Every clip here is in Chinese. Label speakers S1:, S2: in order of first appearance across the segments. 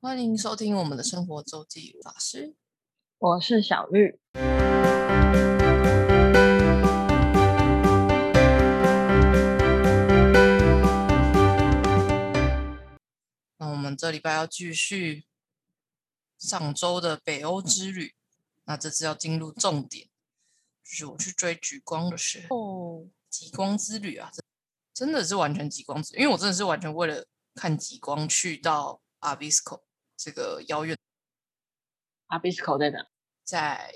S1: 欢迎收听我们的生活周记，法师。
S2: 我是小玉。
S1: 那我们这礼拜要继续上周的北欧之旅，那这次要进入重点，就是我去追极光的时候，
S2: 哦，
S1: 极光之旅啊，真的是完全极光之旅，因为我真的是完全为了看极光去到阿比斯科这个遥远。
S2: 阿比斯口在哪？
S1: 在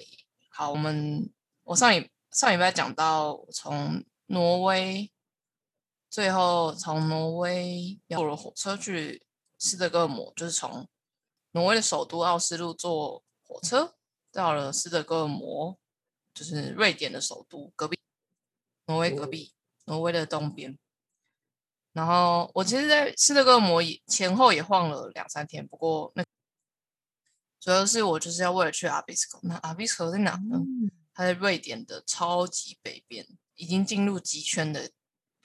S1: 好，我们我上一上礼拜讲到从挪威，最后从挪威坐了火车去斯德哥尔摩，就是从挪威的首都奥斯陆坐火车到了斯德哥尔摩，就是瑞典的首都隔壁，挪威隔壁，挪威的东边。然后我其实，在斯德哥尔摩也前后也晃了两三天，不过那主要是我就是要为了去阿比斯科。那阿比斯科在哪呢？
S2: 嗯，
S1: 它在瑞典的超级北边，已经进入极圈的，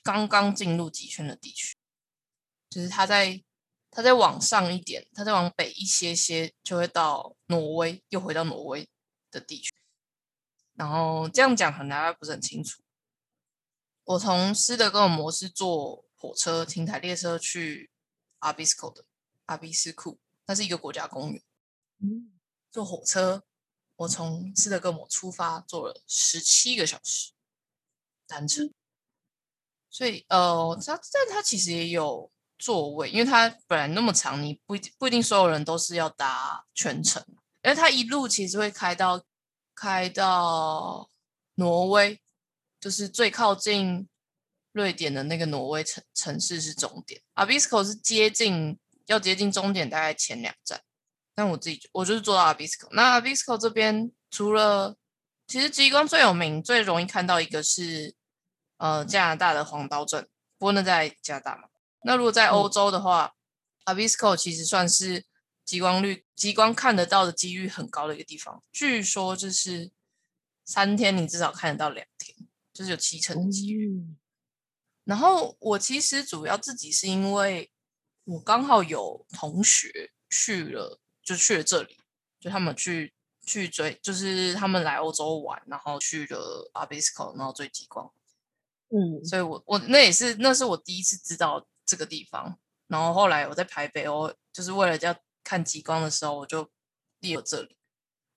S1: 刚刚进入极圈的地区，就是它在它在往上一点，它再往北一些些，就会到挪威，又回到挪威的地区。然后这样讲可能大家不是很清楚。我从斯德哥尔摩是坐火车停台列车去阿比斯库的，阿比斯库，那是一个国家公园。嗯坐火车，我从斯德哥尔摩出发，坐了十七个小时单程，所以呃，它但它其实也有座位，因为它本来那么长，你不一定不一定所有人都是要搭全程，因为它一路其实会开到开到挪威，就是最靠近瑞典的那个挪威城城市是终点，阿比斯科是接近要接近终点，大概前两站。但我自己就我就是做到 Abisco。那 Abisco 这边除了其实极光最有名、最容易看到一个是呃加拿大的黄刀镇，不过那在加拿大嘛。那如果在欧洲的话、a b i s c o 其实算是极光率、极光看得到的几率很高的一个地方。据说就是三天你至少看得到两天，就是有七
S2: 哦
S1: 成的几率。然后我其实主要自己是因为我刚好有同学去了，就去了这里，就他们去去追，就是他们来欧洲玩，然后去了阿比斯科，然后追极光。
S2: 嗯，
S1: 所以我我那也是那是我第一次知道这个地方。然后后来我在排北欧，就是为了要看极光的时候，我就列了这里。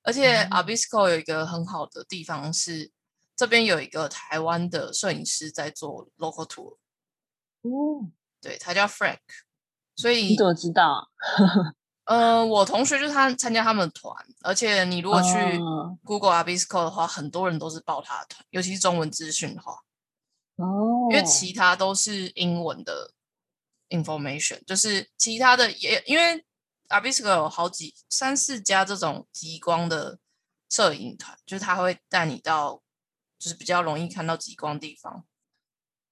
S1: 而且
S2: 嗯
S1: a b i s c o 有一个很好的地方是，这边有一个台湾的摄影师在做 local tour，
S2: 哦，
S1: 对他叫 Frank，所以
S2: 你怎么知道啊？
S1: 呃，我同学就是他参加他们的团，而且你如果去
S2: 哦
S1: Google Abisco 的话，很多人都是报他的团，尤其是中文资讯的话，
S2: 哦，
S1: 因为其他都是英文的 information，就是其他的也因为 Abisco 有好几三四家这种极光的摄影团，就是他会带你到就是比较容易看到极光的地方，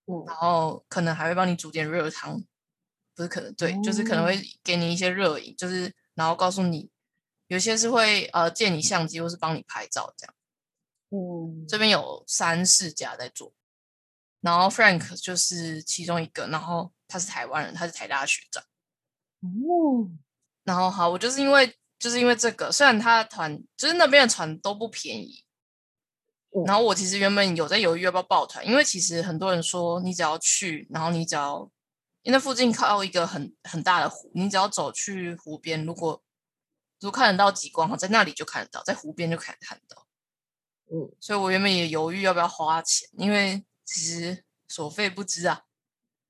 S2: 嗯
S1: 然后可能还会帮你煮点热汤，不是可能对，就是可能会给你一些热饮，就是然后告诉你，有些是会呃借你相机或是帮你拍照这样。
S2: 嗯，
S1: 这边有三四家在做，然后 Frank 就是其中一个，然后他是台湾人，他是台大学长。
S2: 哦，
S1: 然后好，我就是因为就是因为这个，虽然他的团就是那边的团都不便宜，
S2: 嗯
S1: 然后我其实原本有在犹豫要不要报团，因为其实很多人说你只要去，然后你只要因为那附近靠一个很很大的湖，你只要走去湖边，如果如果看得到极光，好在那里就看得到，在湖边就看看得到。
S2: 嗯，
S1: 所以我原本也犹豫要不要花钱，因为其实所费不知啊。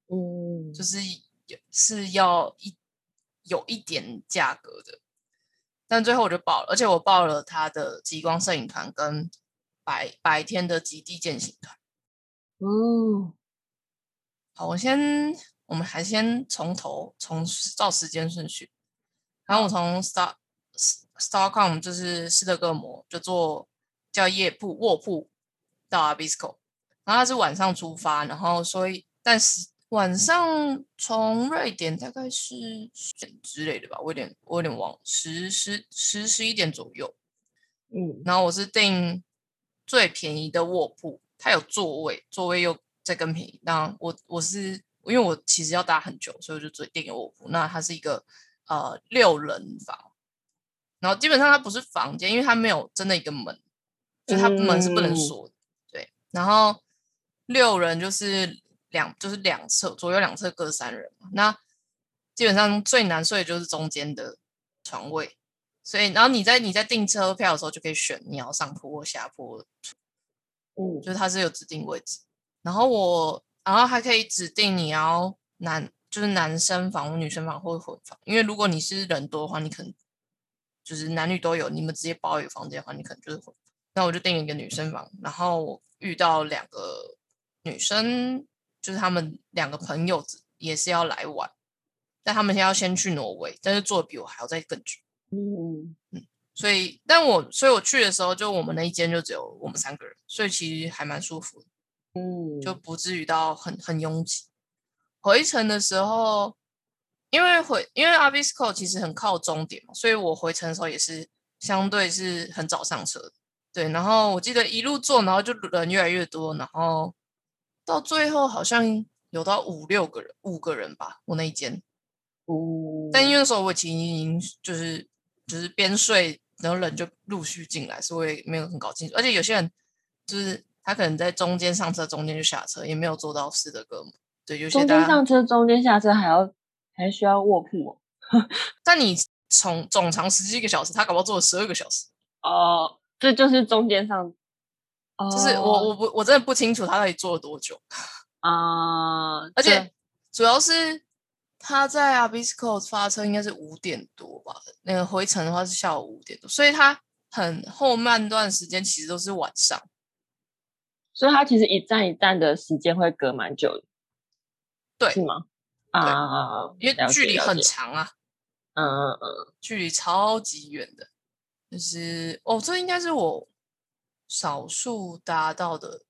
S2: 嗯，
S1: 就是有是要一有一点价格的，但最后我就报了，而且我报了他的极光摄影团跟白白天的极地践行团。
S2: 哦，
S1: 好，我先我们还先从头从照时间顺序，然后我从 Star Starcom 就是斯德哥尔摩就坐叫夜铺卧铺到 Abisco，然后它是晚上出发，然后所以但是晚上从瑞典大概是10点之类的吧，我有点我有点忘了，十十十十一点左右，
S2: 嗯，
S1: 然后我是订最便宜的卧铺，它有座位，座位又再更便宜。那我我是因为我其实要搭很久，所以我就只订了卧铺。那它是一个呃六人房，然后基本上它不是房间，因为它没有真的一个门，就它门是不能
S2: 嗯
S1: 锁的。对，然后六人就是两就是两侧左右两侧各三人嘛。那基本上最难睡的就是中间的床位，所以然后你在你在订车票的时候就可以选你要上铺或下铺，
S2: 嗯
S1: 就是它是有指定位置。然后我，然后还可以指定你要男，就是男生房、女生房或混房。因为如果你是人多的话，你可能就是男女都有，你们直接包一个房间的话，你可能就是混。那我就订一个女生房，然后我遇到两个女生，就是他们两个朋友子也是要来玩，但他们先要先去挪威，但是坐的比我还要再更久。
S2: 嗯
S1: 所以，但我所以我去的时候，就我们那一间就只有我们三个人，所以其实还蛮舒服的。
S2: 嗯，
S1: 就不至于到很很拥挤。回程的时候，因为回因为 a b i s c o 其实很靠终点嘛，所以我回程的时候也是相对是很早上车的。对，然后我记得一路坐，然后就人越来越多，然后到最后好像有到五六个人，五个人吧，我那一间。
S2: 嗯，
S1: 但因为那时候我其实已经就是就是边睡，然后人就陆续进来，所以我也没有很搞清楚。而且有些人就是他可能在中间上车，中间就下车，也没有做到斯德哥尔摩。对，有些
S2: 中
S1: 大
S2: 间
S1: 家，
S2: 上车，中间下车还要还需要卧铺哦。
S1: 但你从总长十七个小时，他搞不好做了十二个小时。
S2: 哦，这就是中间上，哦、
S1: 就是我我不我真的不清楚他到底做了多久，
S2: 啊、
S1: 而且
S2: 这
S1: 主要是他在 Abisco 发车应该是五点多吧，那个回程的话是下午五点多，所以他很后半段时间其实都是晚上。
S2: 所以它其实一站一站的时间会隔蛮久的，
S1: 对
S2: 是吗？啊，
S1: 因为
S2: 了
S1: 距
S2: 解
S1: 离
S2: 了
S1: 很
S2: 解
S1: 长啊，
S2: 嗯嗯嗯，
S1: 距离超级远的，就是哦，这应该是我少数搭到的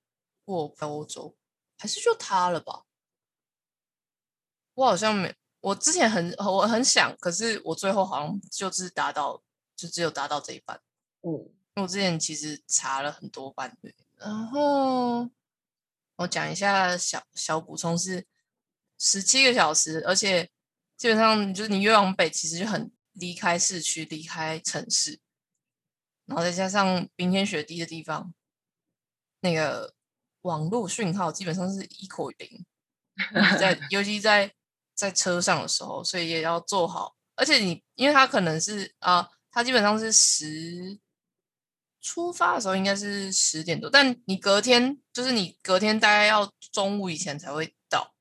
S1: 过欧洲，还是就它了吧？我好像没，我之前很我很想，可是我最后好像就是搭到，就只有搭到这一班。
S2: 嗯，
S1: 因为我之前其实查了很多班对，然后我讲一下小小补充是十七个小时，而且基本上就是你越往北，其实就很离开市区，离开城市，然后再加上冰天雪地的地方，那个网络讯号基本上是一口零，尤
S2: 嗯
S1: 其在尤其在在车上的时候，所以也要做好。而且你，因为它可能是啊、呃它基本上是十出发的时候应该是十点多，但你隔天就是你隔天大概要中午以前才会到，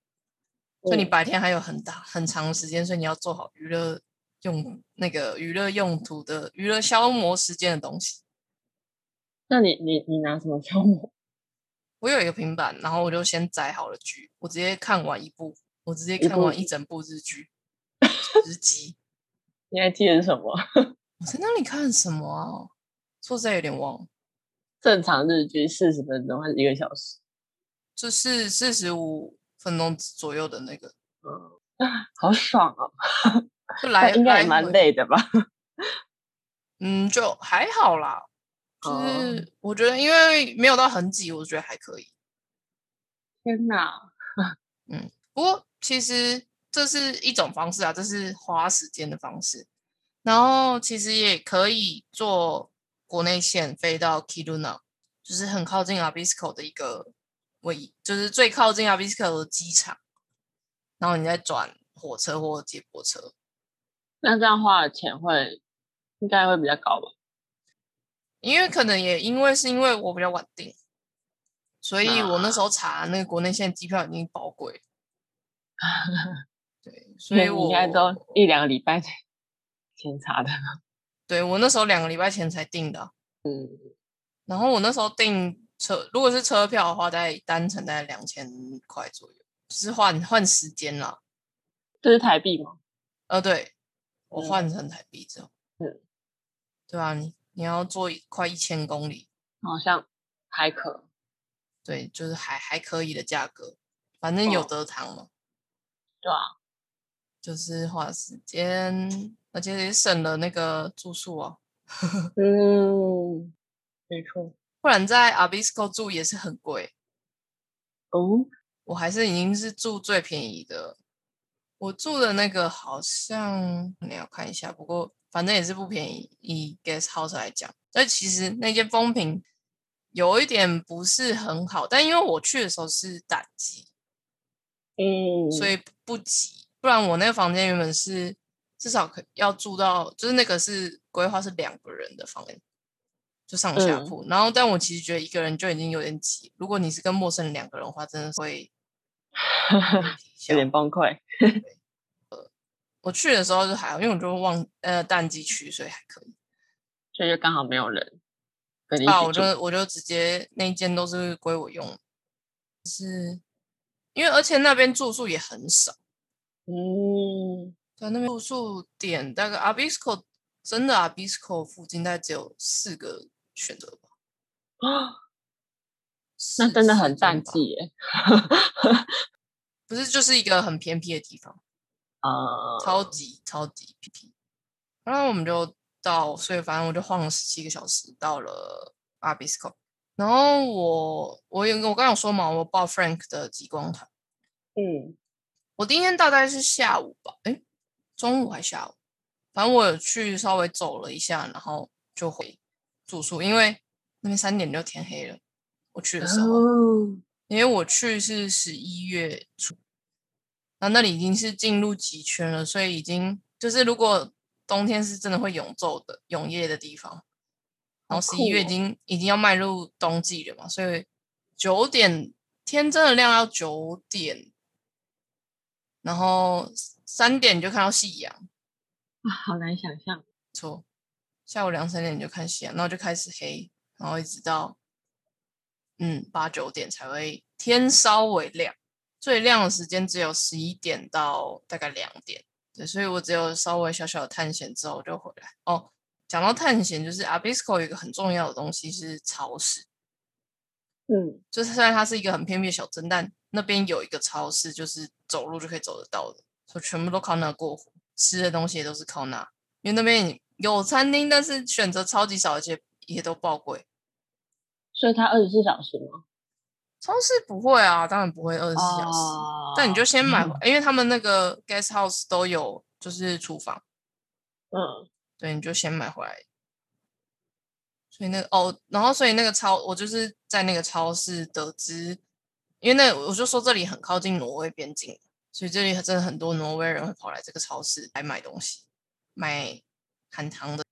S1: 所以你
S2: 嗯
S1: 白天还有很大很长的时间，所以你要做好娱乐用那个娱乐用途的娱乐消磨时间的东西。
S2: 那你你你拿什么消磨？
S1: 我有一个平板，然后我就先载好了剧，我直接看完一部，我直接
S2: 一
S1: 看完
S2: 部
S1: 一整部日 剧，十集。
S2: 你还记得是什么？
S1: 我在那里看什么啊？说实在有点忘了，
S2: 正常日剧四十分钟还是一个小时？
S1: 就是四十五分钟左右的那个，
S2: 嗯，好爽哦！
S1: 就
S2: 那
S1: 来
S2: 应该也蛮
S1: 来回
S2: 累的吧？
S1: 嗯，就还好啦，就
S2: 哦
S1: 是我觉得因为没有到很挤，我觉得还可以。
S2: 天哪，
S1: 不过其实这是一种方式啊，这是花时间的方式。然后其实也可以坐国内线飞到 Kiruna，就是很靠近 Abisko 的一个位，就是最靠近 Abisko 的机场。然后你再转火车或接驳车，
S2: 那这样花的钱会应该会比较高吧？
S1: 因为可能也因为是因为我比较晚订，所以我那时
S2: 啊
S1: 候查那个国内线机票已经宝 贵了，对，所以
S2: 你
S1: 我
S2: 应该都一两个礼拜前查的。
S1: 对我那时候两个礼拜前才订的啊、
S2: 嗯，
S1: 然后我那时候订车，如果是车票的话，大概单程大概两千块左右，就是换换时间啦。
S2: 这是台币吗？
S1: 呃，对，我
S2: 嗯
S1: 换成台币之后，
S2: 嗯，
S1: 对啊，你你要坐一快一千公里，
S2: 好像还可。
S1: 对，就是还还可以的价格，反正有
S2: 哦
S1: 得躺嘛，
S2: 对啊，
S1: 就是花时间，而且也省了那个住宿啊，
S2: 嗯，没错。
S1: 不然在 Abisco 住也是很贵，
S2: 哦，
S1: 我还是已经是住最便宜的我住的那个好像你要看一下，不过反正也是不便宜。以 guest house 来讲，但其实那间风评有一点不是很好，但因为我去的时候是淡季，
S2: 嗯，
S1: 所以不急。不然我那个房间原本是至少可要住到，就是那个是规划是两个人的房间，就上下
S2: 嗯
S1: 铺。然后，但我其实觉得一个人就已经有点挤。如果你是跟陌生人两个人的话，真的是 会
S2: 有点崩溃。
S1: 我去的时候就还好，因为我就忘呃淡季去，所以还可以。
S2: 所以就刚好没有人跟你一
S1: 啊，
S2: 起
S1: 我
S2: 住
S1: 就。我就直接那一间都是归我用，就是因为而且那边住宿也很少，
S2: 嗯，
S1: 在那边住宿点大概 Abisco 真的 Abisco 附近大概只有四个选择吧，
S2: 啊
S1: 四
S2: 那真的
S1: 四
S2: 很
S1: 间
S2: 淡
S1: 吧
S2: 季耶。
S1: 不是就是一个很偏僻的地方，
S2: 啊，
S1: 超级超级偏僻。然后我们就到，所以反正我就晃了十七个小时，到了 Abisco。然后我我有我刚刚有说嘛，我报 Frank 的极光团。
S2: 嗯
S1: 我第一天到大概是下午吧，诶，中午还下午，反正我有去稍微走了一下，然后就回住宿，因为那边三点就天黑了。我去的时候，
S2: 哦，
S1: 因为我去是十一月初，然后那里已经是进入极圈了，所以已经就是如果冬天是真的会永昼的永夜的地方，然后
S2: 好
S1: 十
S2: 酷
S1: 一月已
S2: 哦
S1: 经、已经要迈入冬季了嘛，所以九点天真的亮到九点，然后三点就看到夕阳，
S2: 啊好难想象。
S1: 错，下午两三点就看夕阳，然后就开始黑，然后一直到嗯八九点才会天稍微亮，最亮的时间只有十一点到大概两点，对，所以我只有稍微小小的探险之后我就回来。哦，讲到探险，就是 Abisco 有一个很重要的东西是超市，
S2: 嗯，
S1: 就是虽然它是一个很偏僻的小镇，但那边有一个超市，就是走路就可以走得到的，所以全部都靠那过活，吃的东西也都是靠那，因为那边有餐厅，但是选择超级少，而且也都爆贵。
S2: 所以它二十四小时吗？
S1: 超市不会啊，当然不会二十四小时，
S2: 哦
S1: 但你就先买回，因为他们那个 guest house 都有就是厨房，
S2: 嗯
S1: 对，你就先买回来。所以那个哦，然后所以那个超，我就是在那个超市得知，因为那我就说这里很靠近挪威边境，所以这里真的很多挪威人会跑来这个超市来买东西，买含糖的，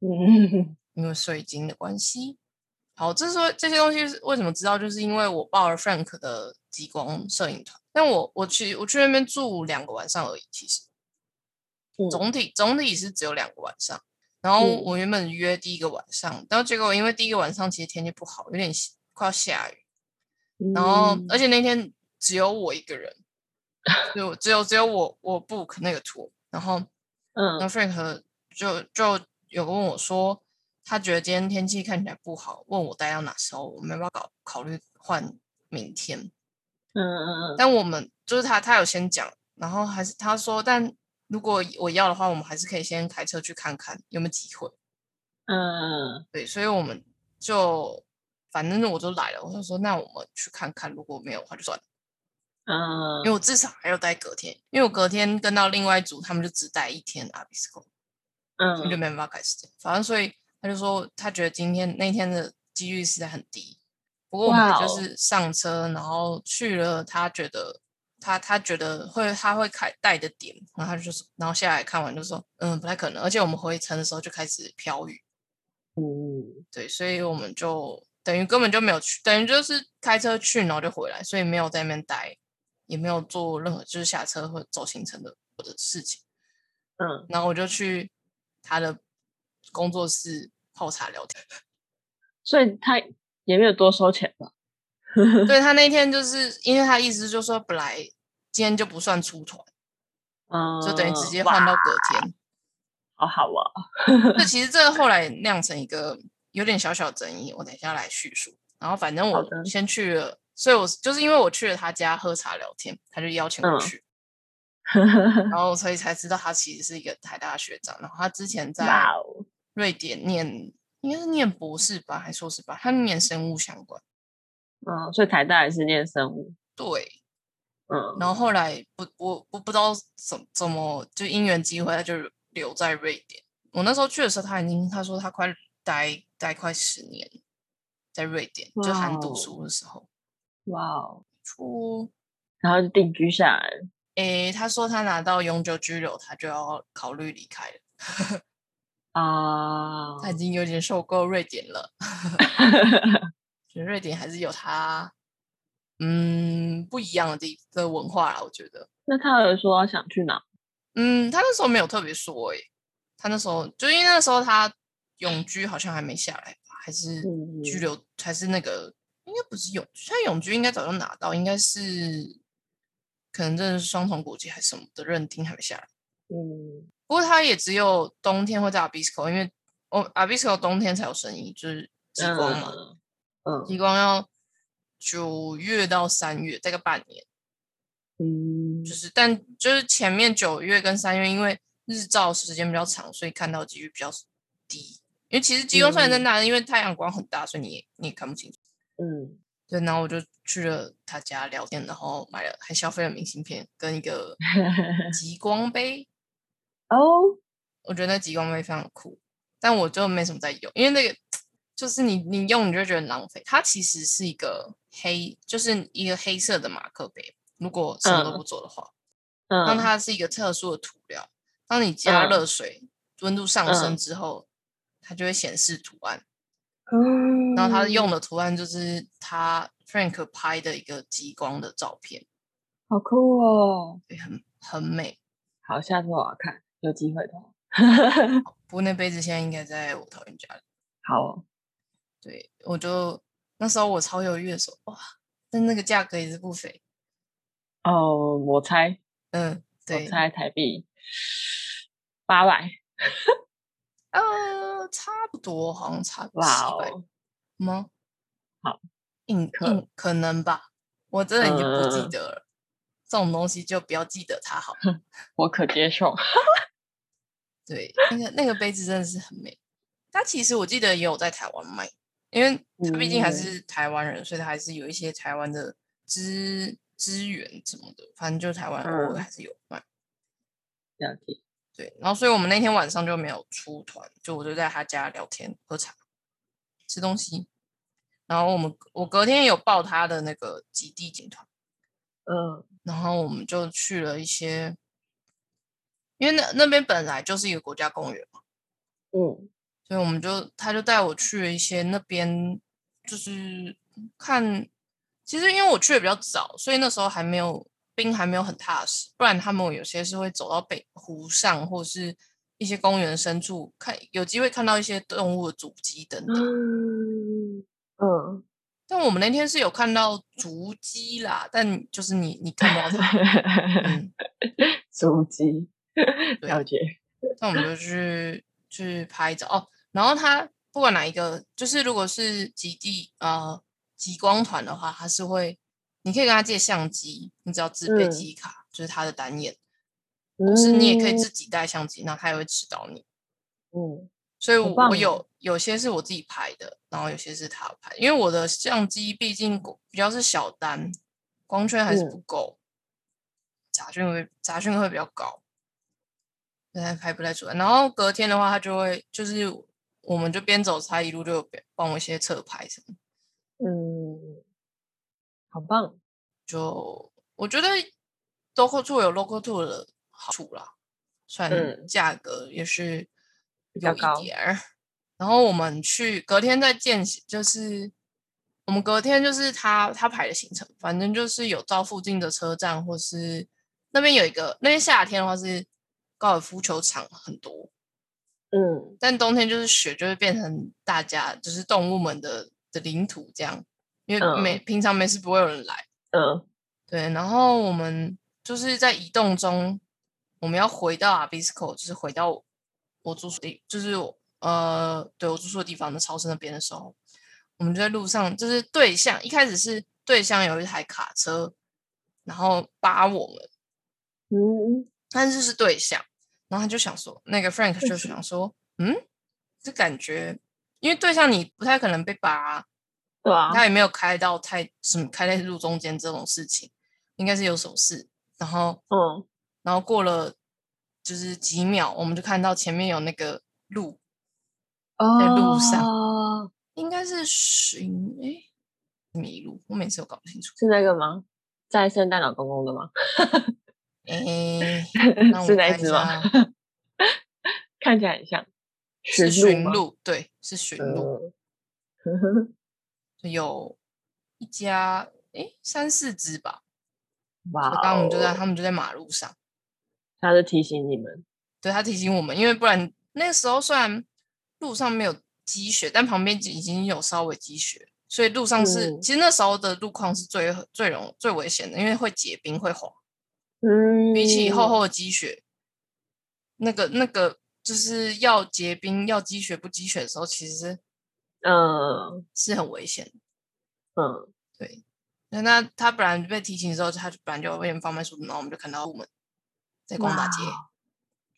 S2: 嗯
S1: 因为税金的关系。好，这说这些东西是为什么知道，就是因为我报了 Frank 的极光摄影团，但我我去我去那边住两个晚上而已，其实
S2: 嗯，
S1: 总体总体是只有两个晚上。然后
S2: 嗯
S1: 我原本约第一个晚上，然后结果因为第一个晚上其实天气不好，有点下快要下雨，
S2: 嗯
S1: 然后而且那天只有我一个人，就只有只有我我 book 那个 tour，然后
S2: 嗯
S1: 那 Frank 就就有问我说，他觉得今天天气看起来不好，问我待到哪时候，我们要不要搞考虑换明天？
S2: 嗯嗯嗯
S1: 但我们就是他，他有先讲，然后还是他说，但如果我要的话，我们还是可以先开车去看看有没有机会。
S2: 嗯
S1: 对，所以我们就反正我就来了，我就说那我们去看看，如果没有的话就算了，
S2: 嗯，
S1: 因为我至少还要待隔天，因为我隔天跟到另外一组，他们就只待一天阿比斯科，所以就
S2: 嗯
S1: 没办法改时间。反正所以他就说他觉得今天那天的几率实在很低，不过我们
S2: 哇
S1: 就
S2: 哦
S1: 是上车，然后去了他觉得。他他觉得会他会开带的点，然后他就说，然后下来看完就说，嗯，不太可能。而且我们回程的时候就开始飘雨，
S2: 嗯
S1: 对，所以我们就等于根本就没有去，等于就是开车去，然后就回来，所以没有在那边待，也没有做任何就是下车或走行程的的事情。
S2: 嗯，
S1: 然后我就去他的工作室泡茶聊天。
S2: 所以他也没有多收钱吧？
S1: 对他那天就是因为他意思就是说，本来今天就不算出团，
S2: 嗯，
S1: 就等于直接
S2: 哇
S1: 换到隔天。
S2: 好好哦。
S1: 那其实这个后来酿成一个有点小小争议，我等一下来叙述。然后反正
S2: 好
S1: 我
S2: 的
S1: 先去了，所以我就是因为我去了他家喝茶聊天，他就邀请我
S2: 嗯
S1: 去。
S2: 哦
S1: 然后所以才知道他其实是一个台大的学长，然后他之前在
S2: 哇哦，
S1: 瑞典念，应该是念博士班还是硕士班，他念生物相关。
S2: 嗯，所以台大也是念生物，
S1: 对，
S2: 嗯，
S1: 然后后来不我我不知道怎怎么就因缘机会，他就留在瑞典。我那时候去的时候，他已经他说他快待待快十年，在瑞典就
S2: 哇
S1: 寒
S2: 哦
S1: 读书的时候，
S2: 哇哦，
S1: 出
S2: 然后就定居下来了，
S1: 诶、他说他拿到永久居留，他就要考虑离开了。
S2: 啊，
S1: 他已经有点受够瑞典了，觉得瑞典还是有他嗯不一样的地的文化啦，我觉得。
S2: 那他有说想去哪？
S1: 嗯，他那时候没有特别说诶、他那时候就因为那时候他永居好像还没下来吧，还是
S2: 嗯
S1: 居留、还是那个应该不是永居，他永居应该早就拿到，应该是可能真的是双重国籍还是什么的认定还没下来。
S2: 嗯，
S1: 不过它也只有冬天会在 Abisco，因为哦 Abisco 冬天才有生意，就是极光嘛，
S2: 嗯，
S1: 极光要九月到三月，大概半年。
S2: 嗯
S1: 就是但就是前面九月跟三月，因为日照时间比较长，所以看到几率比较低。因为其实极光虽然在
S2: 嗯
S1: 那，因为太阳光很大，所以你也你也看不清楚。
S2: 嗯
S1: 对，然后我就去了他家聊天，然后买了还消费了明信片跟一 个极光杯。
S2: 哦，
S1: 我觉得那极光杯非常酷，但我就没什么在用，因为那个就是你你用你就觉得很浪费。它其实是一个黑，就是一个黑色的马克杯，如果什么都
S2: 嗯
S1: 不做的话，
S2: 嗯，
S1: 那、它是一个特殊的涂料。当你加
S2: 嗯
S1: 热水，温度上升
S2: 嗯
S1: 之后，它就会显示图案。
S2: 嗯，
S1: 然后它用的图案就是他 Frank 拍的一个极光的照片，
S2: 好酷哦，
S1: 对，很很美。
S2: 好，下次我要看，有机会的话，
S1: 不过那杯子现在应该在我讨厌家里。
S2: 好哦，
S1: 对，我就那时候我超犹豫的说，哇，但那个价格也是不菲，
S2: 哦，我猜，
S1: 嗯，对
S2: 我，猜台币八百，
S1: 呃，差不多，好像差不多
S2: 哇
S1: 七百
S2: 哦，
S1: 吗？
S2: 好，
S1: 应
S2: 可
S1: 应可能吧，我真的已经不记
S2: 嗯
S1: 得了，这种东西就不要记得它好。
S2: 我可接受，
S1: 对，那个那个杯子真的是很美，它其实我记得也有在台湾卖，因为它毕竟还
S2: 嗯
S1: 是台湾人，所以它还是有一些台湾的资资源什么的，反正就台湾偶尔
S2: 嗯
S1: 还是有卖。
S2: 了解，
S1: 对，然后所以我们那天晚上就没有出团，就我就在他家聊天、喝茶、吃东西。然后我们我隔天有报他的那个极地景团，
S2: 嗯
S1: 然后我们就去了一些，因为那那边本来就是一个国家公园嘛，
S2: 嗯
S1: 所以我们就他就带我去了一些那边，就是看，其实因为我去的比较早，所以那时候还没有冰还没有很踏实，不然他们有些是会走到北湖上或是一些公园深处看，有机会看到一些动物的足迹等等。
S2: 嗯 嗯，
S1: 但我们那天是有看到足迹啦，但就是你你看不到它， 嗯，
S2: 手机，
S1: 对
S2: 了解，
S1: 那我们就去去拍照哦。然后它不管哪一个，就是如果是极地呃极光团的话，它是会，你可以跟他借相机，你只要自备
S2: 嗯
S1: 记忆卡，就是它的单眼，或是你也可以自己带相机，那它也会指导你。
S2: 嗯，
S1: 所以
S2: 好
S1: 我
S2: 棒
S1: 我
S2: 哦
S1: 有有些是我自己拍的，然后有些是他拍，因为我的相机毕竟光比较是小单，光圈还是
S2: 嗯
S1: 不够，杂讯会杂讯会比较高，现在拍不太出来。然后隔天的话，他就会就是我们就边走，他一路就有边帮我一些侧拍什么，
S2: 嗯嗯，好棒，
S1: 就我觉得 local tour 有 local tour 的好处啦，虽然
S2: 嗯
S1: 价格也是
S2: 比较
S1: 有
S2: 高
S1: 一点儿。然后我们去隔天再见，就是我们隔天就是他他排的行程，反正就是有到附近的车站，或是那边有一个那边夏天的话是高尔夫球场很多，
S2: 嗯
S1: 但冬天就是雪就会变成大家就是动物们的的领土这样，因为
S2: 嗯
S1: 没、平常没事不会有人来。
S2: 嗯
S1: 对，然后我们就是在移动中，我们要回到 Abisco，就是回到我我住宿地，就是我呃，对我住宿的地方的超市那边的时候，我们就在路上，就是对象一开始是对象有一台卡车，然后扒我们，
S2: 嗯，
S1: 但是是对象，然后他就想说，那个 Frank 就想说，嗯，这感觉，因为对象你不太可能被扒啊、
S2: 对啊，
S1: 他也没有开到太什么开在路中间这种事情，应该是有什么事，然后
S2: 嗯，
S1: 然后过了就是几秒，我们就看到前面有那个路，在路上
S2: 哦，
S1: 应该是寻哎迷路，我每次都搞不清楚。
S2: 是那个吗？在圣诞老公公的吗？
S1: 哎，那我
S2: 是那一
S1: 看一
S2: 只吗
S1: 下？
S2: 看起来很像，
S1: 是
S2: 寻
S1: 寻
S2: 吗，
S1: 路，对，是寻路，
S2: 嗯，呵呵
S1: 有一家哎三四只吧，
S2: 哇
S1: 刚
S2: 哦，
S1: 刚我们就在他们就在马路上。
S2: 他是提醒你们，
S1: 对他提醒我们，因为不然那个时候虽然路上没有积雪，但旁边已经有稍微积雪，所以路上是、
S2: 嗯
S1: 其实那时候的路况是最最容最危险的，因为会结冰会滑。
S2: 嗯，
S1: 比起厚厚的积雪，那个那个就是要结冰要积雪不积雪的时候，其实是
S2: 嗯
S1: 是很危险的。
S2: 嗯，
S1: 那那他本来被提醒的时候，他就本来就有点放慢速度，然后我们就看到我们在逛大街。
S2: 哇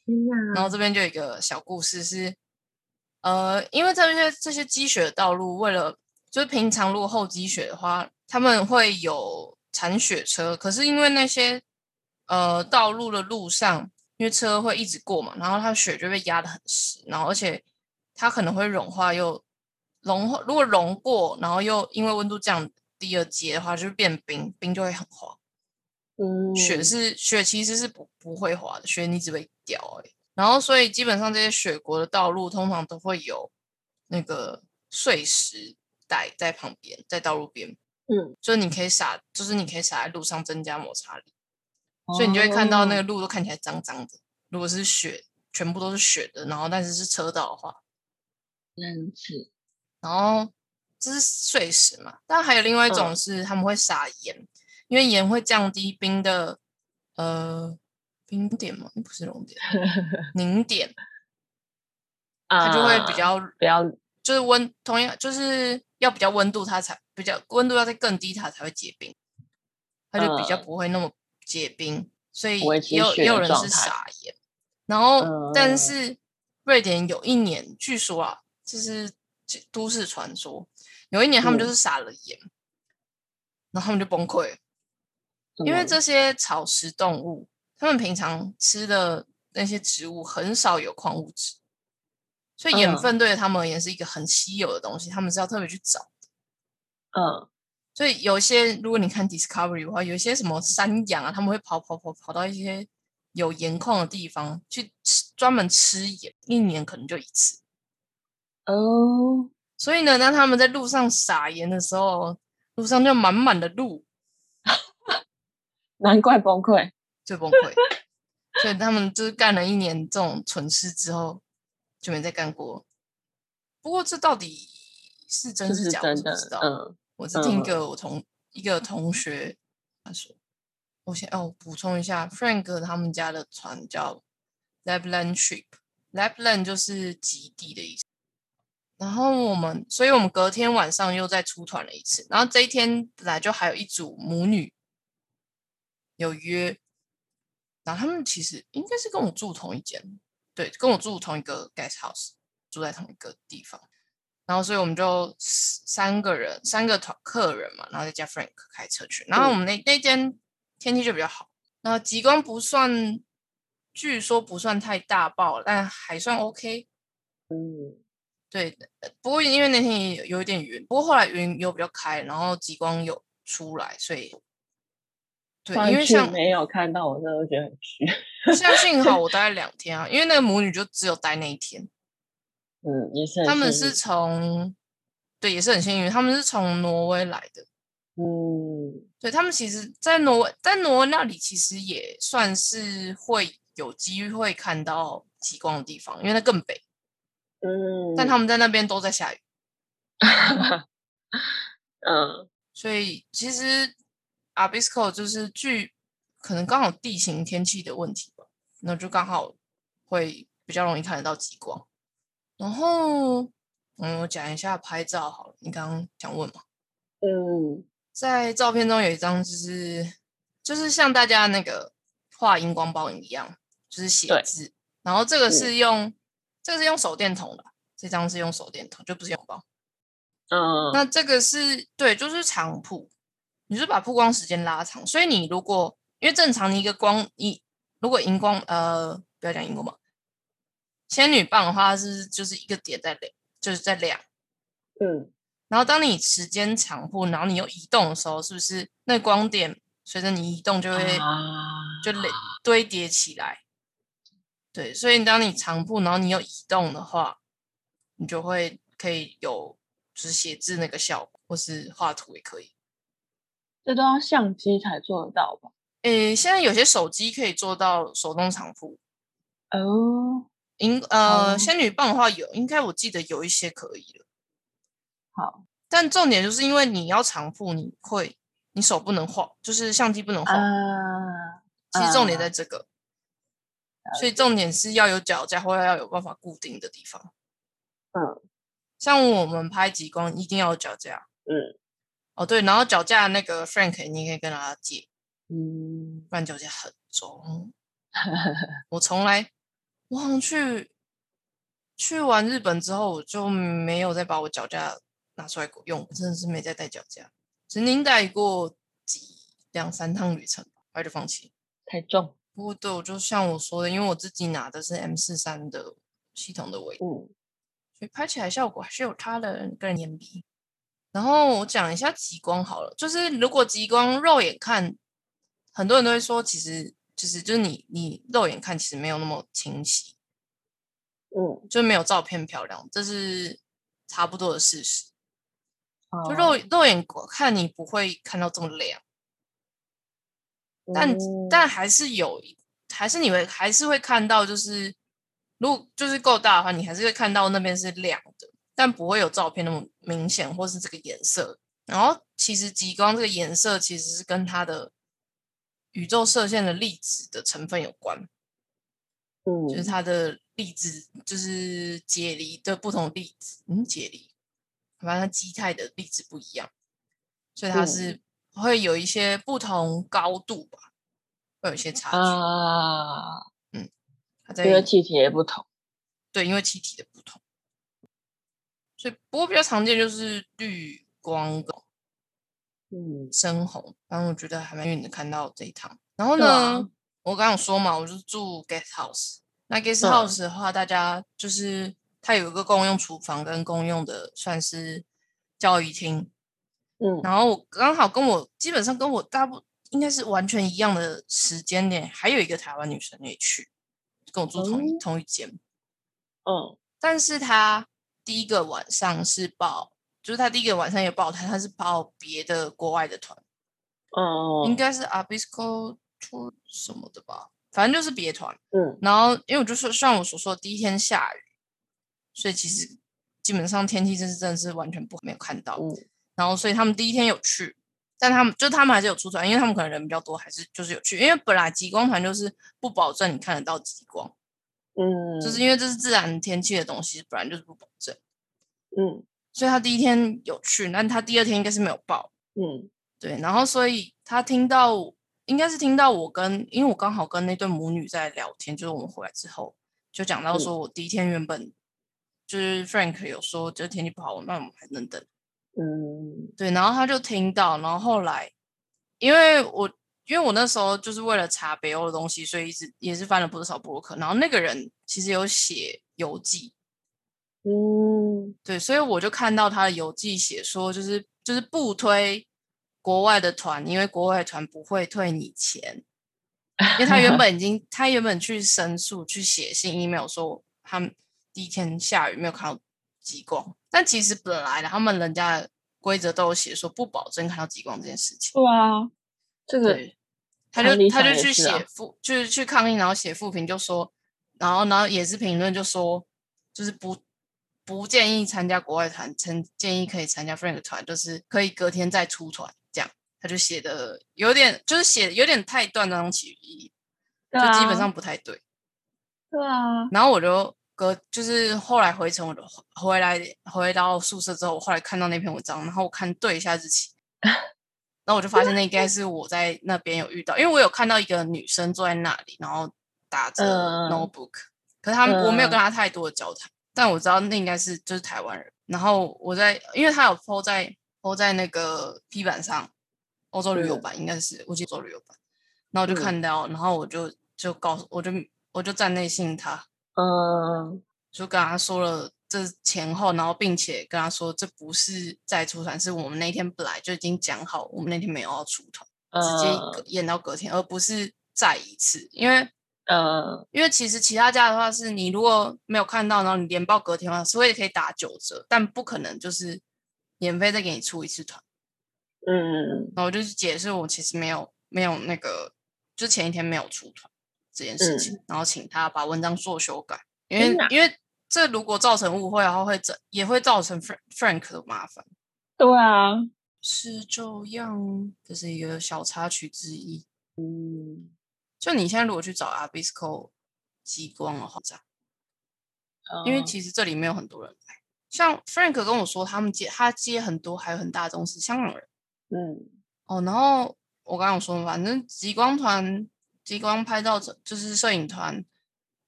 S2: 天
S1: 然
S2: 哪，
S1: 后这边就有一个小故事是，呃，因为这些这些积雪的道路，为了就是平常如果厚积雪的话，他们会有铲雪车，可是因为那些呃道路的路上，因为车会一直过嘛，然后它雪就被压得很实，然后而且它可能会融化又融化，如果融过，然后又因为温度降低而结的话，就变冰，冰就会很滑。
S2: 嗯，
S1: 雪是雪其实是不不会滑的，雪你只会掉而已。然后所以基本上这些雪国的道路通常都会有那个碎石带在旁边，在道路边，
S2: 嗯，
S1: 就是你可以撒，就是你可以撒在路上增加摩擦力，所以你就会看到那个
S2: 哦，
S1: 路都看起来脏脏的。如果是雪，全部都是雪的，然后但是是车道的话，
S2: 原来如此，
S1: 然后这是碎石嘛，但还有另外一种
S2: 嗯
S1: 是他们会撒盐，因为盐会降低冰的呃冰点嘛，不是 熔点，凝点，它就会比
S2: 啊
S1: 较
S2: 不要，
S1: 就是温同样就是要比较温度它才比较温度要再更低它才会结冰，它就比较
S2: 嗯
S1: 不会那么结冰，所以
S2: 不会积
S1: 也有
S2: 雪
S1: 也有
S2: 的
S1: 人
S2: 状
S1: 是
S2: 态
S1: 撒盐，然后、但
S2: 嗯
S1: 是瑞典有一年据说啊，就是这都市传说，有一年他们就
S2: 嗯
S1: 是撒了盐，然后他们就崩溃了，
S2: 怎
S1: 因
S2: 么
S1: 为
S2: 了
S1: 这些草食动物，它们平常吃的那些植物很少有矿物质，所以盐
S2: 嗯
S1: 分对它们而言是一个很稀有的东西，它们是要特别去找。
S2: 嗯
S1: 所以有一些，如果你看 Discovery 的话，有一些什么山羊啊，他们会跑跑跑跑到一些有盐矿的地方去吃，专门吃盐，一年可能就一次。
S2: 哦，
S1: 所以呢，当他们在路上撒盐的时候，路上就满满的路，
S2: 难怪崩溃，
S1: 最崩溃。所以他们就是干了一年这种蠢事之后，就没再干过。不过这到底是
S2: 这
S1: 真是
S2: 是
S1: 假，我
S2: 真
S1: 是
S2: 的
S1: 不知，道。
S2: 嗯
S1: 我是听一
S2: 嗯
S1: 个我同一个同学他说，我先哦补充一下，Frank 他们家的船叫 Lapland Trip，Lapland 就是极地的意思。然后我们，所以我们隔天晚上又再出团了一次。然后这一天本来就还有一组母女有约，然后他们其实应该是跟我住同一间，对，跟我住同一个 guest house，住在同一个地方。然后所以我们就四三个人，三个团客人嘛，然后再加 Frank 开车去。然后我们那那天天气就比较好，然后极光不算，据说不算太大爆，但还算 OK。
S2: 嗯
S1: 对，呃不过因为那天也有有一点云，不过后来云有比较开，然后极光有出来，所以对，
S2: 上
S1: 因为
S2: 去
S1: 像
S2: 没有看到，我真的觉得很虚，
S1: 像幸好我待了两天啊，因为那个母女就只有待那一天，
S2: 嗯，也是很
S1: 他们
S2: 幸
S1: 是从对也是很幸运，他们是从挪威来的。
S2: 运嗯
S1: 对他们其实，在挪威，在挪威那里其实也算是会有机会看到极光的地方，因为它更北，
S2: 嗯，
S1: 但他们在那边都在下雨，
S2: 嗯
S1: 所以其实 Abisko 就是据可能刚好地形天气的问题吧，那就刚好会比较容易看得到极光。然后，嗯，我讲一下拍照好了，你刚刚想问嘛？
S2: 嗯
S1: 在照片中有一张，就是就是像大家那个画荧光棒一样，就是写
S2: 对
S1: 字。然后这个
S2: 嗯
S1: 是用、这个是用手电筒的，这张是用手电筒，就不是用棒。
S2: 嗯，
S1: 那这个是对，就是长谱，你就是把曝光时间拉长。所以你如果因为正常你一个光，你如果荧光呃不要讲荧光嘛，仙女棒的话是就是一个点在亮，就是在亮。
S2: 嗯，
S1: 然后当你时间长曝，然后你又移动的时候，是不是那光点随着你移动就会
S2: 啊
S1: 就累堆叠起来。对，所以当你长步，然后你有移动的话，你就会可以有就是写字那个效果，或是画图也可以。
S2: 这都要相机才做得到吧？
S1: 诶，现在有些手机可以做到手动长步，
S2: 哦，
S1: 银呃、
S2: 哦
S1: 仙女棒的话有，应该我记得有一些可以了。
S2: 好
S1: 但重点就是因为你要长步，你会你手不能晃，就是相机不
S2: 呃
S1: 能晃。
S2: 啊，
S1: 其实重点在
S2: 啊
S1: 这个，所以重点是要有脚架或要有办法固定的地方。
S2: 嗯，
S1: 像我们拍极光一定要有脚架。
S2: 嗯，
S1: 哦对，然后脚架那个 Frank 你也可以跟他借，
S2: 嗯，
S1: 不然脚架很 重。我从来，我好像去去完日本之后，我就没有再把我脚架拿出来过用，我真的是没再带脚架，曾经带过几两三趟旅程，后来就放弃。
S2: 太重，
S1: 不过对，我就像我说的，因为我自己拿的是 M 四三的系统的尾，
S2: 嗯
S1: 所以拍起来效果还是有差的，个人眼比。然后我讲一下极光好了，就是如果极光肉眼看，很多人都会说，其实就是就是你你肉眼看其实没有那么清晰，
S2: 嗯，
S1: 就没有照片漂亮，这是差不多的事实。就
S2: 哦
S1: 肉肉眼看你不会看到这么亮。但
S2: 嗯
S1: 但还是有一，还是你会还是会看到，就是如果就是够大的话，你还是会看到那边是亮的，但不会有照片那么明显，或是这个颜色。然后其实极光这个颜色其实是跟它的宇宙射线的粒子的成分有关，
S2: 嗯
S1: 就是它的粒子就是解离的不同粒子，嗯，解离，反正它基态的粒子不一样，所以它
S2: 嗯
S1: 是会有一些不同高度吧，会有一些差距。
S2: 啊，
S1: 它在
S2: 因为气体也不同，
S1: 对，因为气体的不同，所以不过比较常见就是绿光跟
S2: 嗯
S1: 深红，反正我觉得还蛮远的看到这一趟。然后
S2: 对
S1: 呢，
S2: 啊
S1: 我刚刚有说嘛，我就是住 guest house。那 guest
S2: 嗯
S1: house 的话，大家就是它有一个公用厨房跟公用的算是教育厅，
S2: 嗯
S1: 然后我刚好跟我基本上跟我大部应该是完全一样的时间点，还有一个台湾女生也去，跟我住同一、
S2: 哦
S1: 同一间。
S2: 嗯
S1: 但是他第一个晚上是报，就是他第一个晚上也报他，他是报别的国外的团，
S2: 嗯，
S1: 应该是 Abisco Tour 什么的吧，反正就是别团。
S2: 嗯
S1: 然后因为我就说，像我所说，第一天下雨，所以其实基本上天气真是真的是完全不没有看到。
S2: 嗯
S1: 然后所以他们第一天有去，但他们就他们还是有出团，因为他们可能人比较多，还是就是有去，因为本来极光团就是不保证你看得到极光，
S2: 嗯，
S1: 就是因为这是自然天气的东西，本来就是不保证。
S2: 嗯
S1: 所以他第一天有去，但他第二天应该是没有报。
S2: 嗯
S1: 对，然后所以他听到应该是听到我跟，因为我刚好跟那对母女在聊天，就是我们回来之后就讲到说，我第一天原本就是 Frank 有说，就是天气不好，那我们还能等。
S2: 嗯
S1: 对，然后他就听到，然后后来因为我因为我那时候就是为了查北欧的东西，所以一直也是翻了不少博客。然后那个人其实有写游记，
S2: 嗯
S1: 对，所以我就看到他的游记写说，就是就是不推国外的团，因为国外的团不会退你钱，因为他原本已经他原本去申诉去写信 email 说他们第一天下雨没有看到极光，但其实本来他们人家的规则都有写说不保证看到极光这件事情，
S2: 对啊，这个
S1: 对，他
S2: 常
S1: 就
S2: 理
S1: 他
S2: 想
S1: 就
S2: 也
S1: 去
S2: 是啊
S1: 写复，就是去抗议，然后写复评，就说，然后然后也是评论就说，就是不不建议参加国外团，曾建议可以参加 Frank 团，就是可以隔天再出团这样。他就写的有点，就是写得有点太断章取义，
S2: 对
S1: 就基
S2: 啊
S1: 本上不太对。
S2: 对啊，
S1: 然后我就隔就是后来回程，我就回来回到宿舍之后，我后来看到那篇文章，然后我看对一下日 期，然后我就发现那应该是我在那边有遇到，因为我有看到一个女生坐在那里，然后打着
S2: 嗯
S1: notebook，、可是他们我没有跟
S2: 嗯
S1: 她太多的交谈，但我知道那应该是就是台湾人。然后我在因为他有 po 在 po 在那个 P 板上，欧洲
S2: 嗯
S1: 旅游版应该是，我记得欧洲旅游版。然后我就看到，然后我就就告诉，我就我就站内信他，
S2: 嗯，
S1: 就跟他说了这前后，然后并且跟他说这不是再出团，是我们那天本来就已经讲好，我们那天没有要出团，直接
S2: 嗯
S1: 隔演到隔天，而不是再一次，因为。
S2: 嗯
S1: 因为其实其他家的话，是你如果没有看到，然后你连报隔天的话，是会可以打九折，但不可能就是免费再给你出一次团。
S2: 嗯
S1: 然后我就是解释我其实没有没有那个，就前一天没有出团这件事情，然后请他把文章做修改，因为
S2: 天哪
S1: 因为这如果造成误会的话，会造也会造成 Frank Frank 的麻烦。
S2: 对啊，
S1: 是这样，这是一个小插曲之一。
S2: 嗯
S1: 就你现在如果去找 Abisco 极光的话，这样
S2: 嗯
S1: 因为其实这里没有很多人来。像 Frank 跟我说，他们接他接很多，还有很大宗是香港人
S2: 嗯
S1: 哦。然后我刚刚有说，反正极光团、极光拍照者就是摄影团，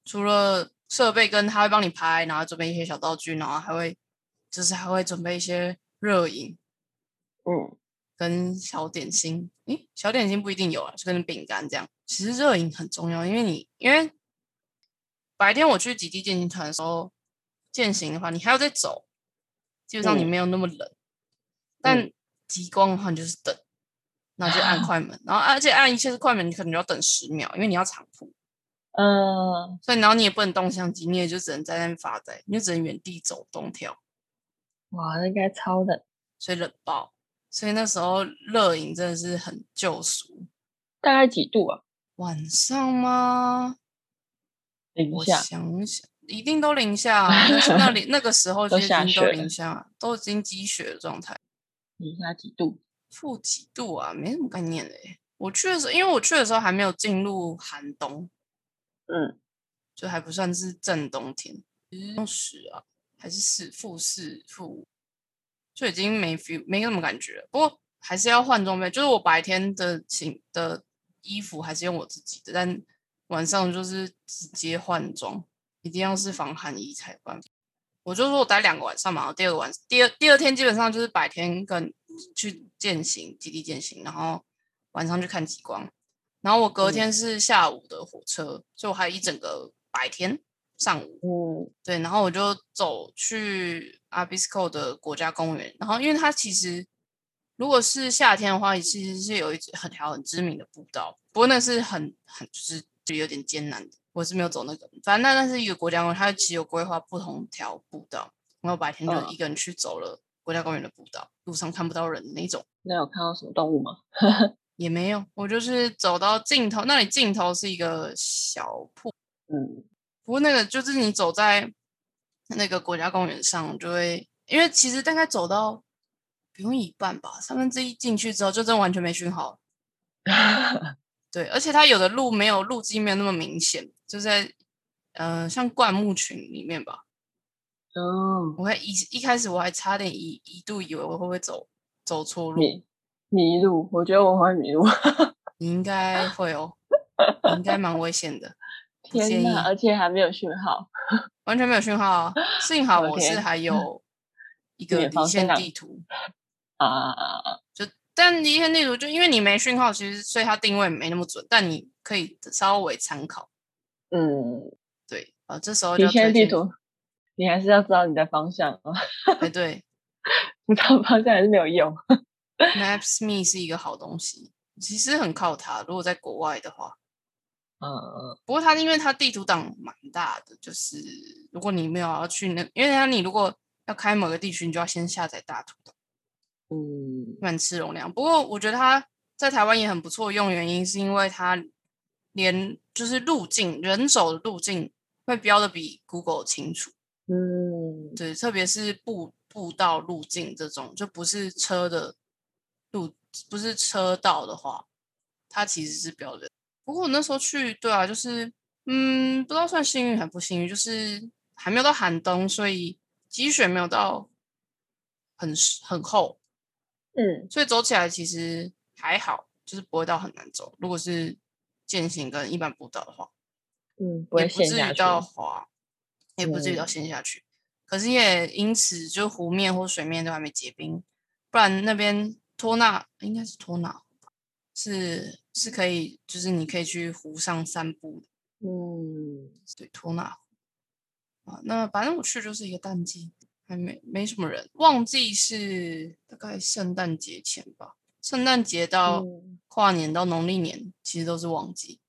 S1: 除了设备跟他会帮你拍，然后准备一些小道具，然后还会就是还会准备一些热饮
S2: 嗯
S1: 跟小点心。诶，小点心不一定有啊，就跟饼干这样。其实热饮很重要，因为你因为白天我去极地健行团的时候，践行的话，你还要再走，基本上你
S2: 嗯
S1: 没有那么冷。但极光的话，你就是等，然后就按快门，然后啊而且按一切是快门，你可能就要等十秒，因为你要长铺，
S2: 嗯
S1: 所以然后你也不能动相机，你也就只能在那边发呆，你就只能原地走动跳，
S2: 哇，那应该超冷。
S1: 所以冷爆。所以那时候热饮真的是很救赎。
S2: 大概几度啊？
S1: 晚上吗？
S2: 零
S1: 我
S2: 下，
S1: 想一想，一定都零下、啊，但是那 里那个时候就
S2: 都
S1: 已
S2: 下
S1: 经
S2: 雪
S1: 都
S2: 了
S1: 零下啊，都已经积雪的状态。
S2: 零下几度？
S1: 负几度啊，没什么概念嘞、我去的时候，因为我去的时候还没有进入寒冬，
S2: 嗯，
S1: 就还不算是正冬天，当时啊还是四负四负五，就已经没 feel 没什么感觉了。不过还是要换装备，就是我白天的寝的衣服还是用我自己的，但晚上就是直接换装，一定要是防寒衣才有办法。我就说我待两个晚上嘛，然后第二个晚第二第二天基本上就是白天跟去践行基地践行，然后晚上去看极光。然后我隔
S2: 嗯
S1: 天是下午的火车，所以我还有一整个白天上午
S2: 嗯
S1: 对，然后我就走去 Abisco 的国家公园，然后因为它其实如果是夏天的话，其实是有一很条很知名的步道，不过那是很很就是就有点艰难的，我是没有走那个，反正那那是一个国家公园，它其实有规划不同条步道，然后白天就
S2: 嗯
S1: 一个人去走了国家公园的步道，路上看不到人的那种。
S2: 那有看到什么动物吗？
S1: 也没有，我就是走到尽头，那里尽头是一个小瀑
S2: 嗯
S1: 不过那个就是你走在那个国家公园上，就会因为其实大概走到不用一半吧，三分之一进去之后，就真的完全没讯号了。对，而且它有的路没有路基没有那么明显，就在呃像灌木群里面吧。
S2: 哦，
S1: 我还一一开始我还差点一一度以为我会不会走走错路，
S2: 迷迷路，我觉得我会迷路。
S1: 你应该会哦，你应该蛮危险的。不建
S2: 天
S1: 议
S2: 哪，而且还没有讯号。
S1: 完全没有讯号 啊！幸好我
S2: OK
S1: 是还 有一
S2: 有
S1: 个
S2: 点
S1: 离
S2: 方
S1: 线
S2: 向
S1: 地图，
S2: 啊，
S1: 就但离线地图就因为你没讯号，其实所以它定位没那么准，但你可以稍微参考。
S2: 嗯，
S1: 对，啊，这时候就
S2: 离
S1: 要
S2: 线
S1: 推
S2: 地
S1: 荐，
S2: 图，你还是要知道你的方向啊，
S1: 哎，对
S2: 不知道方向还是没有用。
S1: ，Maps Me 是一个好东西，其实很靠它。如果在国外的话，
S2: 嗯
S1: 不过它因为它地图档蛮大的，就是如果你没有要去那，因为它你如果要开某个地区，你就要先下载大图档。
S2: 嗯
S1: 蛮吃容量。不过我觉得它在台湾也很不错用，原因是因为它连就是路径人手的路径会标的比 Google 清楚，
S2: 嗯
S1: 对，特别是步步道路径这种，就不是车的路，不是车道的话，它其实是标的。不过我那时候去，对啊，就是嗯，不知道算幸运还不幸运，就是还没有到寒冬，所以积雪没有到很很厚，
S2: 嗯
S1: 所以走起来其实还好，就是不会到很难走。如果是践行跟一般步道的话，
S2: 嗯，不
S1: 也
S2: 会
S1: 不
S2: 陷
S1: 至
S2: 下
S1: 于
S2: 去。
S1: 到滑，也不至于到
S2: 嗯
S1: 陷下去。可是也因此，就湖面或水面都还没结冰，不然那边托纳应该是托纳湖吧，是是可以，就是你可以去湖上散步的，
S2: 嗯，
S1: 对，托纳湖啊。那反正我去就是一个淡季，还没没什么人。旺季是大概圣诞节前吧，圣诞节到
S2: 嗯
S1: 跨年到农历年其实都是旺季。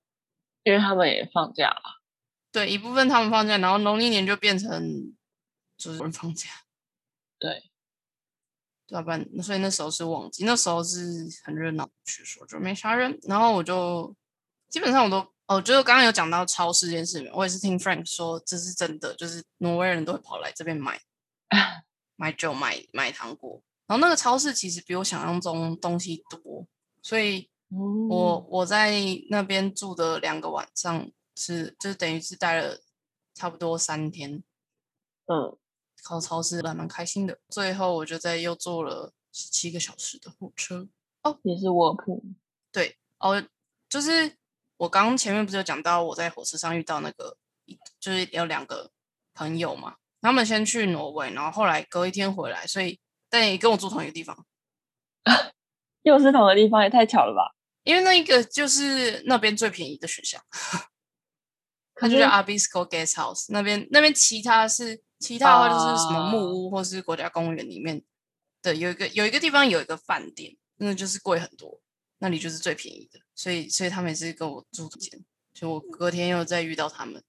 S2: 因为他们也放假了，
S1: 对，一部分他们放假，然后农历年就变成就是人放假。
S2: 对，
S1: 对啊，不然所以那时候是旺季，那时候是很热闹，去说就没啥人。然后我就基本上我都哦，就是刚刚有讲到超市这件事，我也是听 Frank 说这是真的，就是挪威人都会跑来这边买买酒、买买糖果。然后那个超市其实比我想象中东西多，所以
S2: 嗯
S1: 我我在那边住的两个晚上是，就是等于是待了差不多三天，
S2: 嗯
S1: 靠超市还蛮开心的。最后我就在又坐了十七个小时的火车。
S2: 也是卧铺，
S1: 哦，就是我刚前面不是有讲到我在火车上遇到那个，一就是有两个朋友嘛，他们先去挪威，然后后来隔一天回来，所以但也跟我住同一个地方，
S2: 又是同个地方，也太巧了吧？
S1: 因为那一个就是那边最便宜的选项。它
S2: 可
S1: 就是叫 Abisko Guest House 那边，那边其他是其他的话就是什么木
S2: 啊
S1: 屋或是国家公园里面的有一个有一个地方有一个饭店，那就是贵很多，那里就是最便宜的，所以所以他们也是跟我住同间，所以我隔天又再遇到他们，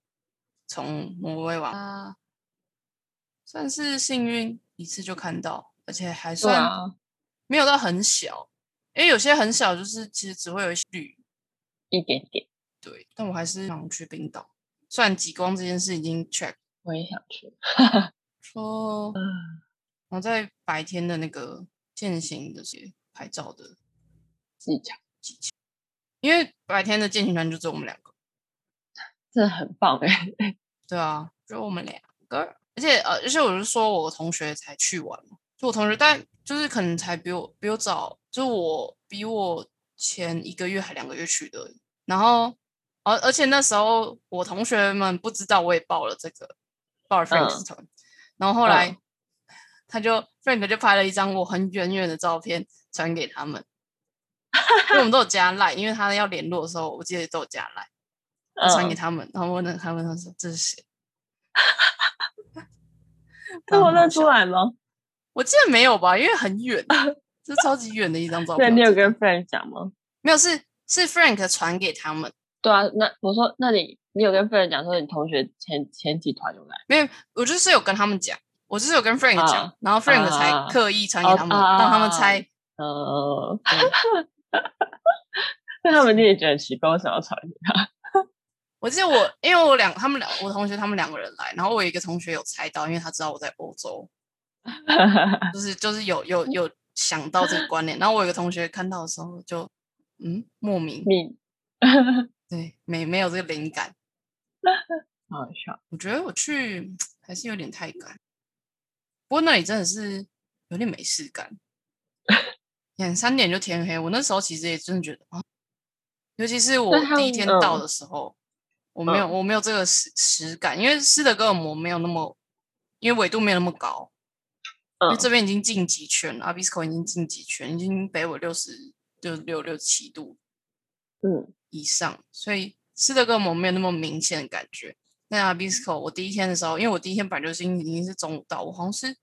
S1: 从挪威往啊，算是幸运一次就看到，而且还
S2: 对
S1: 算
S2: 啊，
S1: 没有到很小，因为有些很小就是其实只会有一些绿，
S2: 一点点，
S1: 对，但我还是想去冰岛。虽然极光这件事已经 check
S2: 我也想去，
S1: 说，
S2: 嗯，
S1: 然后在白天的那个践行的些拍照的，
S2: 技巧
S1: 因为白天的践行团就只有我们两个，
S2: 真的很棒哎、
S1: 对啊，只有我们两个，而且呃，而且我是说我同学才去玩嘛，就我同学，但就是可能才比我比我早，就是我比我前一个月还两个月去的而已，然后而、而且那时候我同学们不知道我也报了这个报了 Frank
S2: 嗯
S1: 的团，然后后来、
S2: 嗯
S1: 他就 Frank 就拍了一张我很远远的照片传给他 们，因为我们都有加 line，因为他要联络的时候，我记得都有加 line，我传给
S2: 嗯，
S1: 他们，然后问了他们，他说这是谁？
S2: 这
S1: 很
S2: 我
S1: 好
S2: 认出
S1: 笑
S2: 来吗？
S1: 我记得没有吧，因为很远，这超级远的一 张照
S2: 对，
S1: 片。
S2: 你有
S1: 我记得
S2: 跟 friend 讲吗？
S1: 没有是是 Frank 传给他们，
S2: 对啊，那我说，那你你有跟 friend 讲说你同学前前几团有来？
S1: 没有，我就是有跟他们讲，我就是有跟 Frank 讲，
S2: 啊
S1: 然后 Frank
S2: 啊
S1: 才刻意传给
S2: 哦
S1: 他们，
S2: 啊
S1: 让他们猜。
S2: 呃，
S1: 对
S2: 那他们一定也觉得很奇怪，为什么要传给他？
S1: 我记得我，因为我两他们两我同学他们两个人来，然后我有一个同学有猜到，因为他知道我在欧洲，
S2: 啊
S1: 就是就是有有有想到这个观念。然后我有一个同学看到的时候就嗯莫名
S2: 你
S1: 对没没有这个灵感。
S2: 好笑，
S1: 我觉得我去还是有点太赶，不过那里真的是有点没事 干，两三点就天黑。我那时候其实也真的觉得啊，尤其是我
S2: 但他
S1: 第一
S2: 们
S1: 天
S2: 嗯
S1: 到的时候，我没有我没有这个实实感，因为斯德哥尔摩没有那么，因为纬度没有那么高，因为
S2: 嗯
S1: 这边已经晋级圈了，阿比斯科已经晋级圈，已经北纬六十六六六七度
S2: 嗯，
S1: 以上，所以斯德哥尔摩没有那么明显的感觉。那阿比斯科，我第一天的时候，因为我第一天本来就已经已经是中午到，我好像是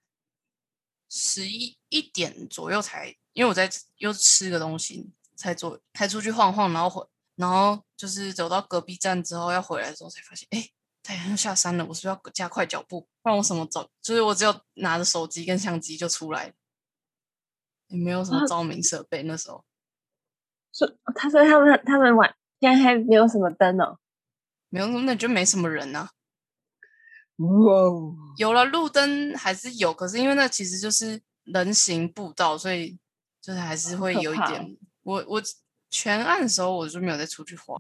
S1: 十一一点左右才，因为我在又吃个东西，才左才出去晃晃，然后回，然后就是走到隔壁站之后要回来的时候才发现，哎，太阳要下山了，我是不是要加快脚步？不然我什么早，就是我只有拿着手机跟相机就出来了，也没有什么
S2: 啊
S1: 照明设备那时候。
S2: 所他说他们他们晚现在还没有什么灯哦，
S1: 没有，那就没什么人啊。
S2: 哇哦，
S1: 有了路灯还是有，可是因为那其实就是人行步道，所以就是还是会
S2: 可
S1: 有一
S2: 怕
S1: 点。我我全暗的时候我就没有再出去滑，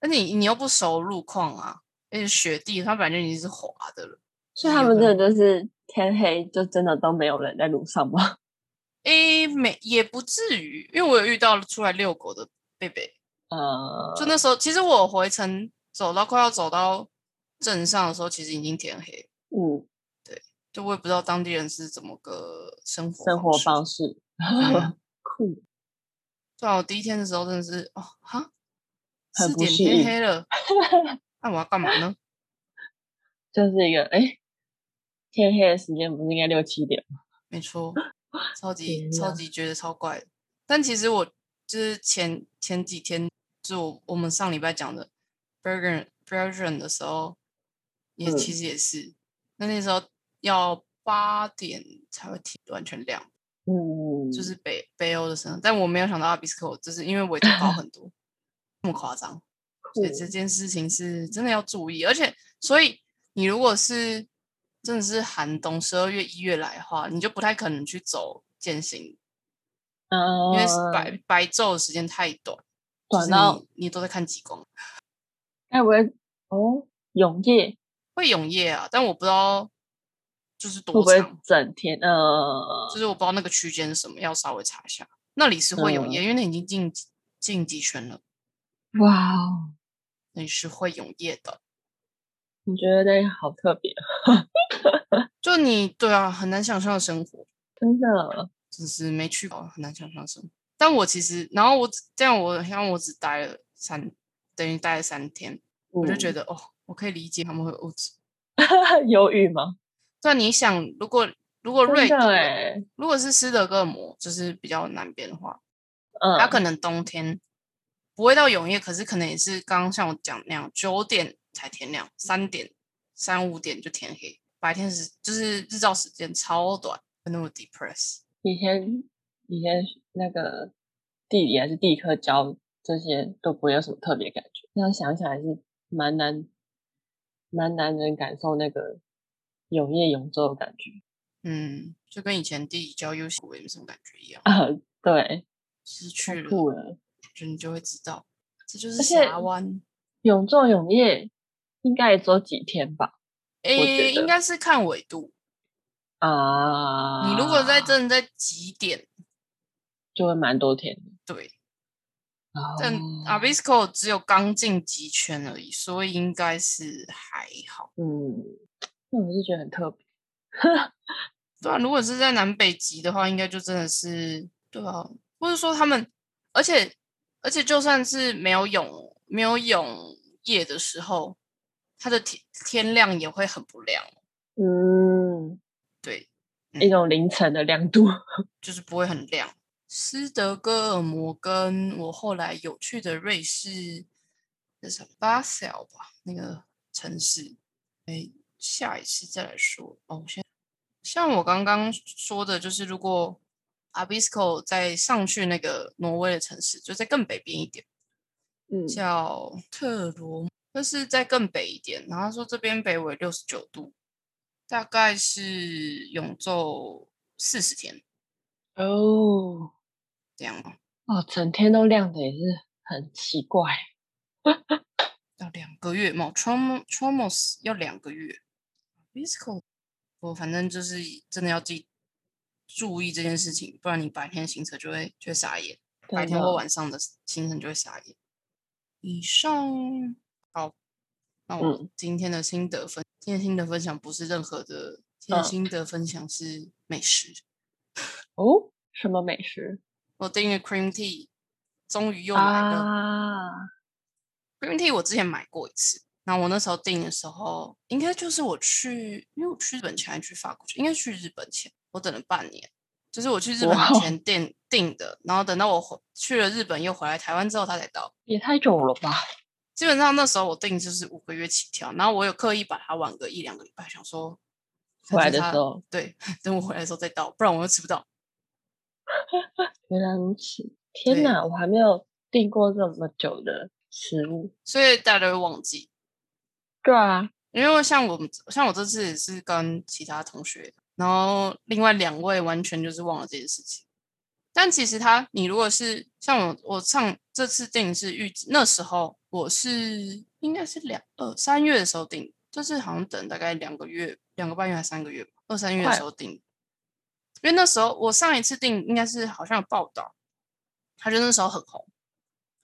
S1: 那你你又不熟路况啊，而且雪地它本来就已经是滑的了。
S2: 所以
S1: 有
S2: 他们
S1: 可
S2: 真的就是天黑就真的都没有人在路上吗？
S1: 诶，没也不至于，因为我有遇到了出来遛狗的贝贝，
S2: 呃，
S1: 就那时候其实我回程走到快要走到镇上的时候，其实已经天黑了，
S2: 嗯，
S1: 就我也不知道当地人是怎么个生活
S2: 生活
S1: 式
S2: 方式
S1: 嗯
S2: 酷，
S1: 对啊，我第一天的时候真的是哦哈，
S2: 很
S1: 四
S2: 不
S1: 点
S2: 适
S1: 天
S2: 应
S1: 黑 了，那我要干嘛呢？
S2: 就是一个哎，天黑的时间不是应该六七点吗？
S1: 没错，超级
S2: 天
S1: 超
S2: 哪
S1: 级觉得超怪的。但其实我就是前前几天，就我我们上礼拜讲的 Bergen Bergen 的时候，也、
S2: 嗯
S1: 其实也是，那那时候要八点才会天完全亮，
S2: 嗯，
S1: 就是北北欧的时候。但我没有想到阿比斯科，就是因为纬度高很 多，那么夸张。所以这件事情是真的要注意，而且，所以你如果是真的是寒冬十二月一月来的话，你就不太可能去走践行，因
S2: 嗯，
S1: 为是白白昼的时间太短，就
S2: 短
S1: 是
S2: 到
S1: 你你都在看极光，
S2: 该不会哦，永夜
S1: 会永夜啊，但我不知道就是
S2: 会不
S1: 多
S2: 会
S1: 长，
S2: 整天呃
S1: 就是我不知道那个区间是什么，要稍微查一下。那里是会永
S2: 嗯
S1: 夜，因为那已经进进极圈了，
S2: 哇哦，
S1: 那里是会永夜的。
S2: 我觉得那好特别，啊
S1: 就你对啊，很难想象的生活。
S2: 真的，
S1: 就是没去过，很难想象什么。但我其实，然后我只这样我，像我只待了三，等于待了三天，我就觉
S2: 得
S1: 得哦，我可以理解他们会物质。
S2: 忧郁吗？
S1: 但你想，如果如果瑞
S2: 真
S1: 典，
S2: 的哎，
S1: 如果是斯德哥尔摩，就是比较南边的话，
S2: 嗯，
S1: 它可能冬天不会到永夜，可是可能也是刚刚像我讲那样，九点才天亮，三点、三五点就天黑，白天时就是日照时间超短，那么 depress。
S2: 以前以前那个地理还是地科教这些都不会有什么特别感觉，这样想起来是蛮难蛮难能感受那个永夜永昼的感觉
S1: 嗯，就跟以前地理教优我也没什么感觉一样，
S2: 啊，对，
S1: 失
S2: 太
S1: 去了，
S2: 酷了，
S1: 就你就会知道，这就是
S2: 而且
S1: 峡湾。
S2: 永昼永夜应该也只有几天吧？
S1: 诶、
S2: 觉
S1: 应
S2: 得
S1: 该是看纬度。
S2: 啊，
S1: 你如果在真的在极点，
S2: 就会蛮多天的，
S1: 对，但
S2: 哦
S1: a b i s c o 只有刚进极圈而已，所以应该是还好。
S2: 嗯，那我是觉得很特别，
S1: 对啊，如果是在南北极的话，应该就真的是对啊，或者说他们，而且而且就算是没有永没有永夜的时候，它的天天亮也会很不亮。
S2: 嗯，
S1: 对，
S2: 一种凌晨的亮度，
S1: 就是不会很亮。斯德哥尔摩跟我后来有去的瑞士，那什么巴塞尔吧，那个城市，哎，下一次再来说哦。现像我刚刚说的，就是如果 Abisko 再上去那个挪威的城市，就在更北边一点，
S2: 嗯
S1: 叫特罗姆，但是在更北一点。然后他说这边北纬六十九度，大概是永昼四十天
S2: 哦。
S1: 这样吗？
S2: 哦，整天都亮的也是很奇怪。
S1: 要两个月嘛 t r a u m a t r a u m a s 要两个月 v i s c o 我反正就是真的要自己注意这件事情，不然你白天行程就会就会傻眼，白
S2: 真
S1: 天或
S2: 的
S1: 晚上的行程就会傻眼。以上好，那
S2: 嗯
S1: 我今天的心得分，今天心得分享不是任何的，今天
S2: 嗯
S1: 心得分享是美食。
S2: 哦，什么美食
S1: 我订阅 cream tea，终于又来了。
S2: 啊？
S1: green tea 我之前买过一次，然后我那时候订的时候，应该就是我去，因为我去日本前还是去法国前，应该去日本前，我等了半年，就是我去日本
S2: 哇哦
S1: 前订订的，然后等到我回去了日本又回来台湾之后，它才到。
S2: 也太久了吧？
S1: 基本上那时候我订就是五个月起跳，然后我有刻意把它晚个一两个礼拜，想说
S2: 回来的时
S1: 它，
S2: 候
S1: 对， 等我回来的时候再到，不然我又吃不到。
S2: 原来如此。天
S1: 对
S2: 哪，我还没有订过这么久的食物。
S1: 所以大家都会忘记，
S2: 对啊，
S1: 因为像我们像我这次也是跟其他同学，然后另外两位完全就是忘了这件事情。但其实他，你如果是像我，我上这次订是预计那时候我是应该是两二三月的时候订，就是好像等大概两个月、两个半月还三个月吧，二三月的
S2: 快
S1: 时候订。因为那时候我上一次订应该是好像有报道，他就那时候很红，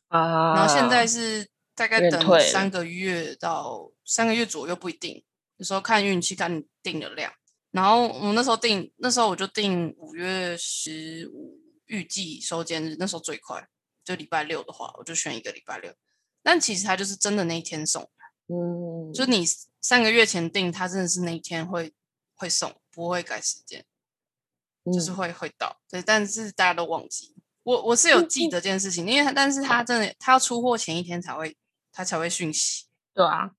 S2: 啊，
S1: 然后现在是大概
S2: 有点
S1: 等
S2: 退了
S1: 三个月到三个月左右不一定，有时候看运气看你订的量。然后我那时候订，那时候我就订五月十五预计收件日，那时候最快。就礼拜六的话，我就选一个礼拜六。但其实它就是真的那一天送，
S2: 嗯，
S1: 就你三个月前订，它真的是那一天会会送，不会改时间，
S2: 嗯
S1: 就是会会到。对，但是大家都忘记。我我是有记得这件事情，因为它但是它真的它要出货前一天才会，它才会讯息。
S2: 对啊，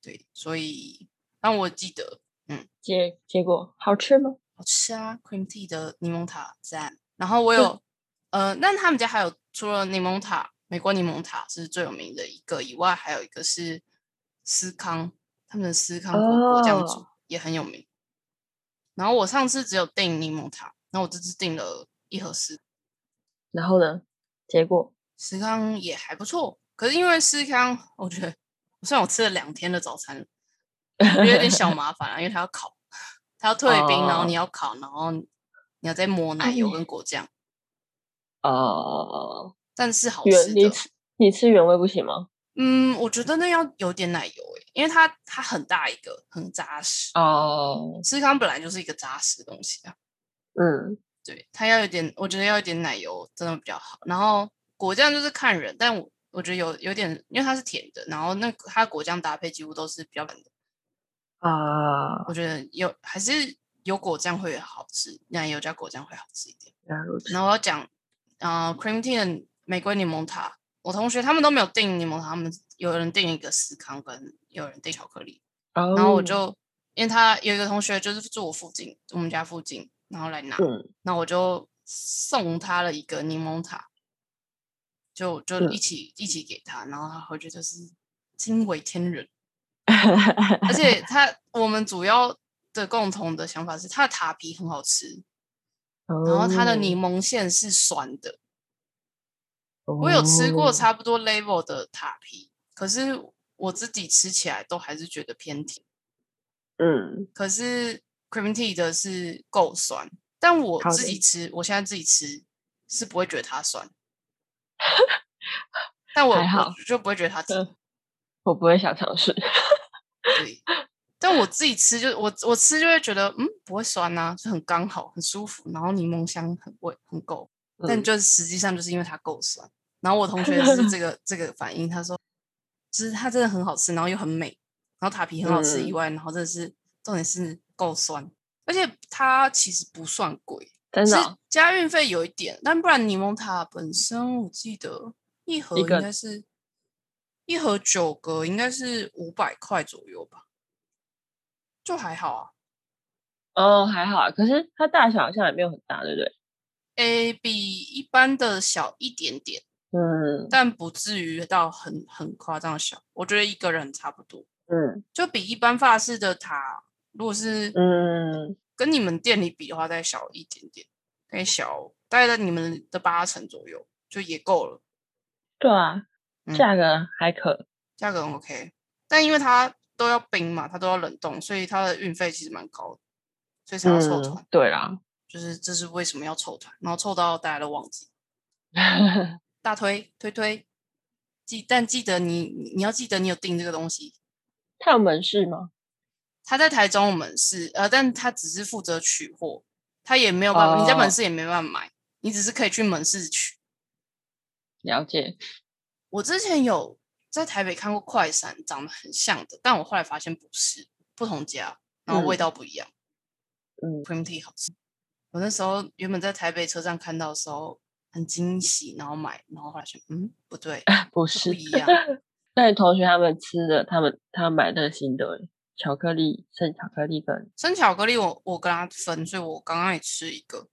S1: 对，所以让我记得
S2: 结结果好吃吗？
S1: 好吃啊，cream tea 的柠檬塔赞。然后我有、呃，那他们家还有除了柠檬塔，美国柠檬塔是最有名的一个以外，还有一个是司康，他们的司康果果酱煮
S2: 哦
S1: 也很有名。然后我上次只有订柠檬塔，然后我这次订了一盒司
S2: 然后呢？结果
S1: 司康也还不错，可是因为司康，我觉得虽然我吃了两天的早餐了，我觉得有点小麻烦啊，因为它要烤，它
S2: 哦
S1: 要退冰，然后你要烤，然后你要再抹奶油
S2: 哎
S1: 跟果酱，
S2: 哦，
S1: 但是好吃
S2: 原你
S1: 的。
S2: 吃你吃原味不行吗？
S1: 嗯，我觉得那要有点奶油诶、因为它它很大一个，很扎实。
S2: 哦，
S1: 司康本来就是一个扎实的东西啊，
S2: 嗯，
S1: 对，它要有点，我觉得要有点奶油真的比较好。然后果酱就是看人，但我我觉得有有点，因为它是甜的，然后那个它果酱搭配几乎都是比较冷的。
S2: 啊，
S1: 我觉得有还是有果酱会好吃，奶油加果酱会好吃一点。
S2: 原来如此。
S1: 然后我要讲，呃，cream tea 的玫瑰柠檬塔，我同学他们都没有订柠檬塔，他们有人订一个司康，跟有人订巧克力。
S2: 然
S1: 然后我就因为他有一个同学就是住我附近，我们家附近，然后来拿，
S2: 嗯，
S1: 那我就送他了一个柠檬塔，就就
S2: 嗯
S1: 一起、一起给他，然后他回去就是惊为天人。而且它我们主要的共同的想法是，它的塔皮很好吃，然
S2: 然
S1: 后它的柠
S2: 哦
S1: 檬馅是酸的。我有吃
S2: 哦
S1: 过差不多 level 的塔皮，可是我自己吃起来都还是觉得偏甜。
S2: 嗯，
S1: 可是 cream tea 的是够酸，但我
S2: 好的
S1: 自己吃，我现在自己吃是不会觉得它 酸，但我
S2: 还好
S1: 我就不会觉得它甜。
S2: 嗯我不会想尝试。
S1: 对，但我自己吃就我我吃就会觉得嗯不会酸呐、就很刚好，很舒服，然后柠檬香很味很够，但
S2: 嗯
S1: 就是实际上就是因为它够酸。然后我同学也是这 个这个反应，他说就是它真的很好吃，然后又很美，然后塔皮很好吃以
S2: 嗯
S1: 外，然后真的是重点是够酸，而且它其实不算贵，
S2: 真
S1: 是
S2: 的哦
S1: 加运费有一点，但不然柠檬塔本身我记得一盒
S2: 一
S1: 应
S2: 个
S1: 该是一盒九个，应该是五百块左右吧，就还好啊。
S2: 哦，还好啊。可是它大小好像也没有很大，对不对？
S1: 诶，比一般的小一点点，
S2: 嗯
S1: 但不至于到很很夸张的小。我觉得一个人差不多，
S2: 嗯
S1: 就比一般法式的塔，如果是
S2: 嗯，
S1: 跟你们店里比的话，再小一点点，再小大概在你们的八成左右，就也够了。
S2: 对啊，
S1: 嗯
S2: 价格还可。
S1: 价格很 OK，但因为它都要冰嘛，它都要冷冻，所以它的运费其实蛮高的，所以才要凑团。
S2: 嗯，对啦，
S1: 就是这是为什么要凑团，然后凑到大家都忘记大推推推记，但记得你你你要记得你有订这个东西。
S2: 它有门市吗？
S1: 他在台中我们是呃，但他只是负责取货，他也没有办法，你在门
S2: 哦
S1: 市也没办法买，你只是可以去门市取。
S2: 了解。
S1: 我之前有在台北看过快闪长得很像的，但我后来发现不是不同家，然后味
S2: 嗯
S1: 道不一样。
S2: 嗯
S1: cream tea 好吃。我那时候原本在台北车站看到的时候很惊喜，然后买，然后后来想，嗯，不对，
S2: 不
S1: 这
S2: 啊是
S1: 不一样。
S2: 那你同学他们吃的，他们他买那个新的巧克力，剩巧克力 跟
S1: 生巧克力我我跟他分，所以我刚刚也吃一个。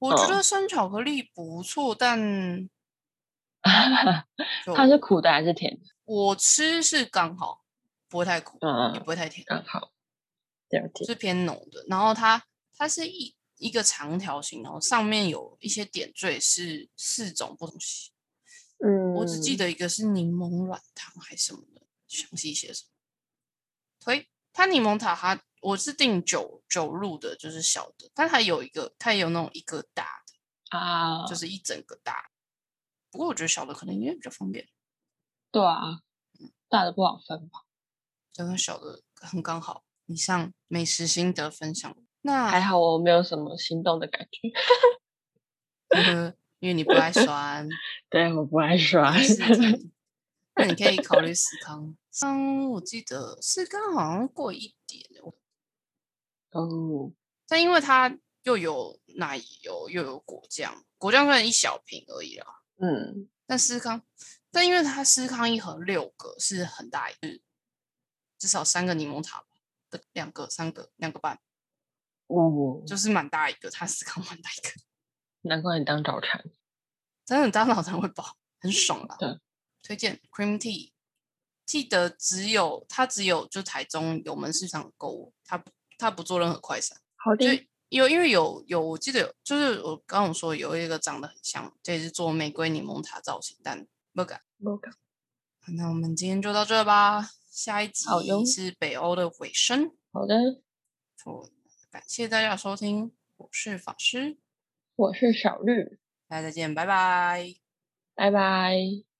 S1: 我觉
S2: 哦
S1: 得生巧克力不错，但就
S2: 它是苦的还是甜的？
S1: 我吃是刚好，不会太苦，也
S2: 嗯，
S1: 不会太甜，
S2: 刚好了解。
S1: 是偏浓的。然后它它是一一个长条形，然后上面有一些点缀，是四种不同形。
S2: 嗯，
S1: 我只记得一个是柠檬软糖还是什么的，详细写什么。推它柠檬塔它我是订九九入的，就是小的，但它有一个它也有那种一个大的，
S2: 啊，
S1: 就是一整个大的。不过我觉得小的可能因为比较方便，
S2: 对啊，大的不好分吧？
S1: 这跟小的很刚好。以上美食心得分享，
S2: 还
S1: 那
S2: 好我没有什么心动的感觉。
S1: 呃因为你不爱酸。
S2: 对，我不爱刷。
S1: 是的那你可以考虑思康。思康我记得思康好像贵一点， 欸
S2: 哦，
S1: 但因为它又有奶油又有果酱，果酱虽然一小瓶而已啦，
S2: 嗯，
S1: 但思康，但因为它思康一盒六个是很大一个，至少三个柠檬塔吧，的两个、三个、两个半，
S2: 哦，
S1: 就是蛮大一个。它思康蛮大一个，
S2: 难怪你当早餐。
S1: 真的当早餐会饱，很爽啦。
S2: 对，
S1: 推荐 cream tea。记得只有它只有就台中有门市场购物，它不它不做任何快闪。
S2: 好
S1: 就有因为有有，我记得有，就是我刚刚我说有一个长得很像，这也是做玫瑰柠檬塔造型，但不敢。那我们今天就到这吧，下一集
S2: 好哟
S1: 是北欧的尾声。
S2: 好的，
S1: 我感谢大家的收听，我是法师，
S2: 我是小绿，
S1: 大家再见，拜拜。
S2: 拜拜。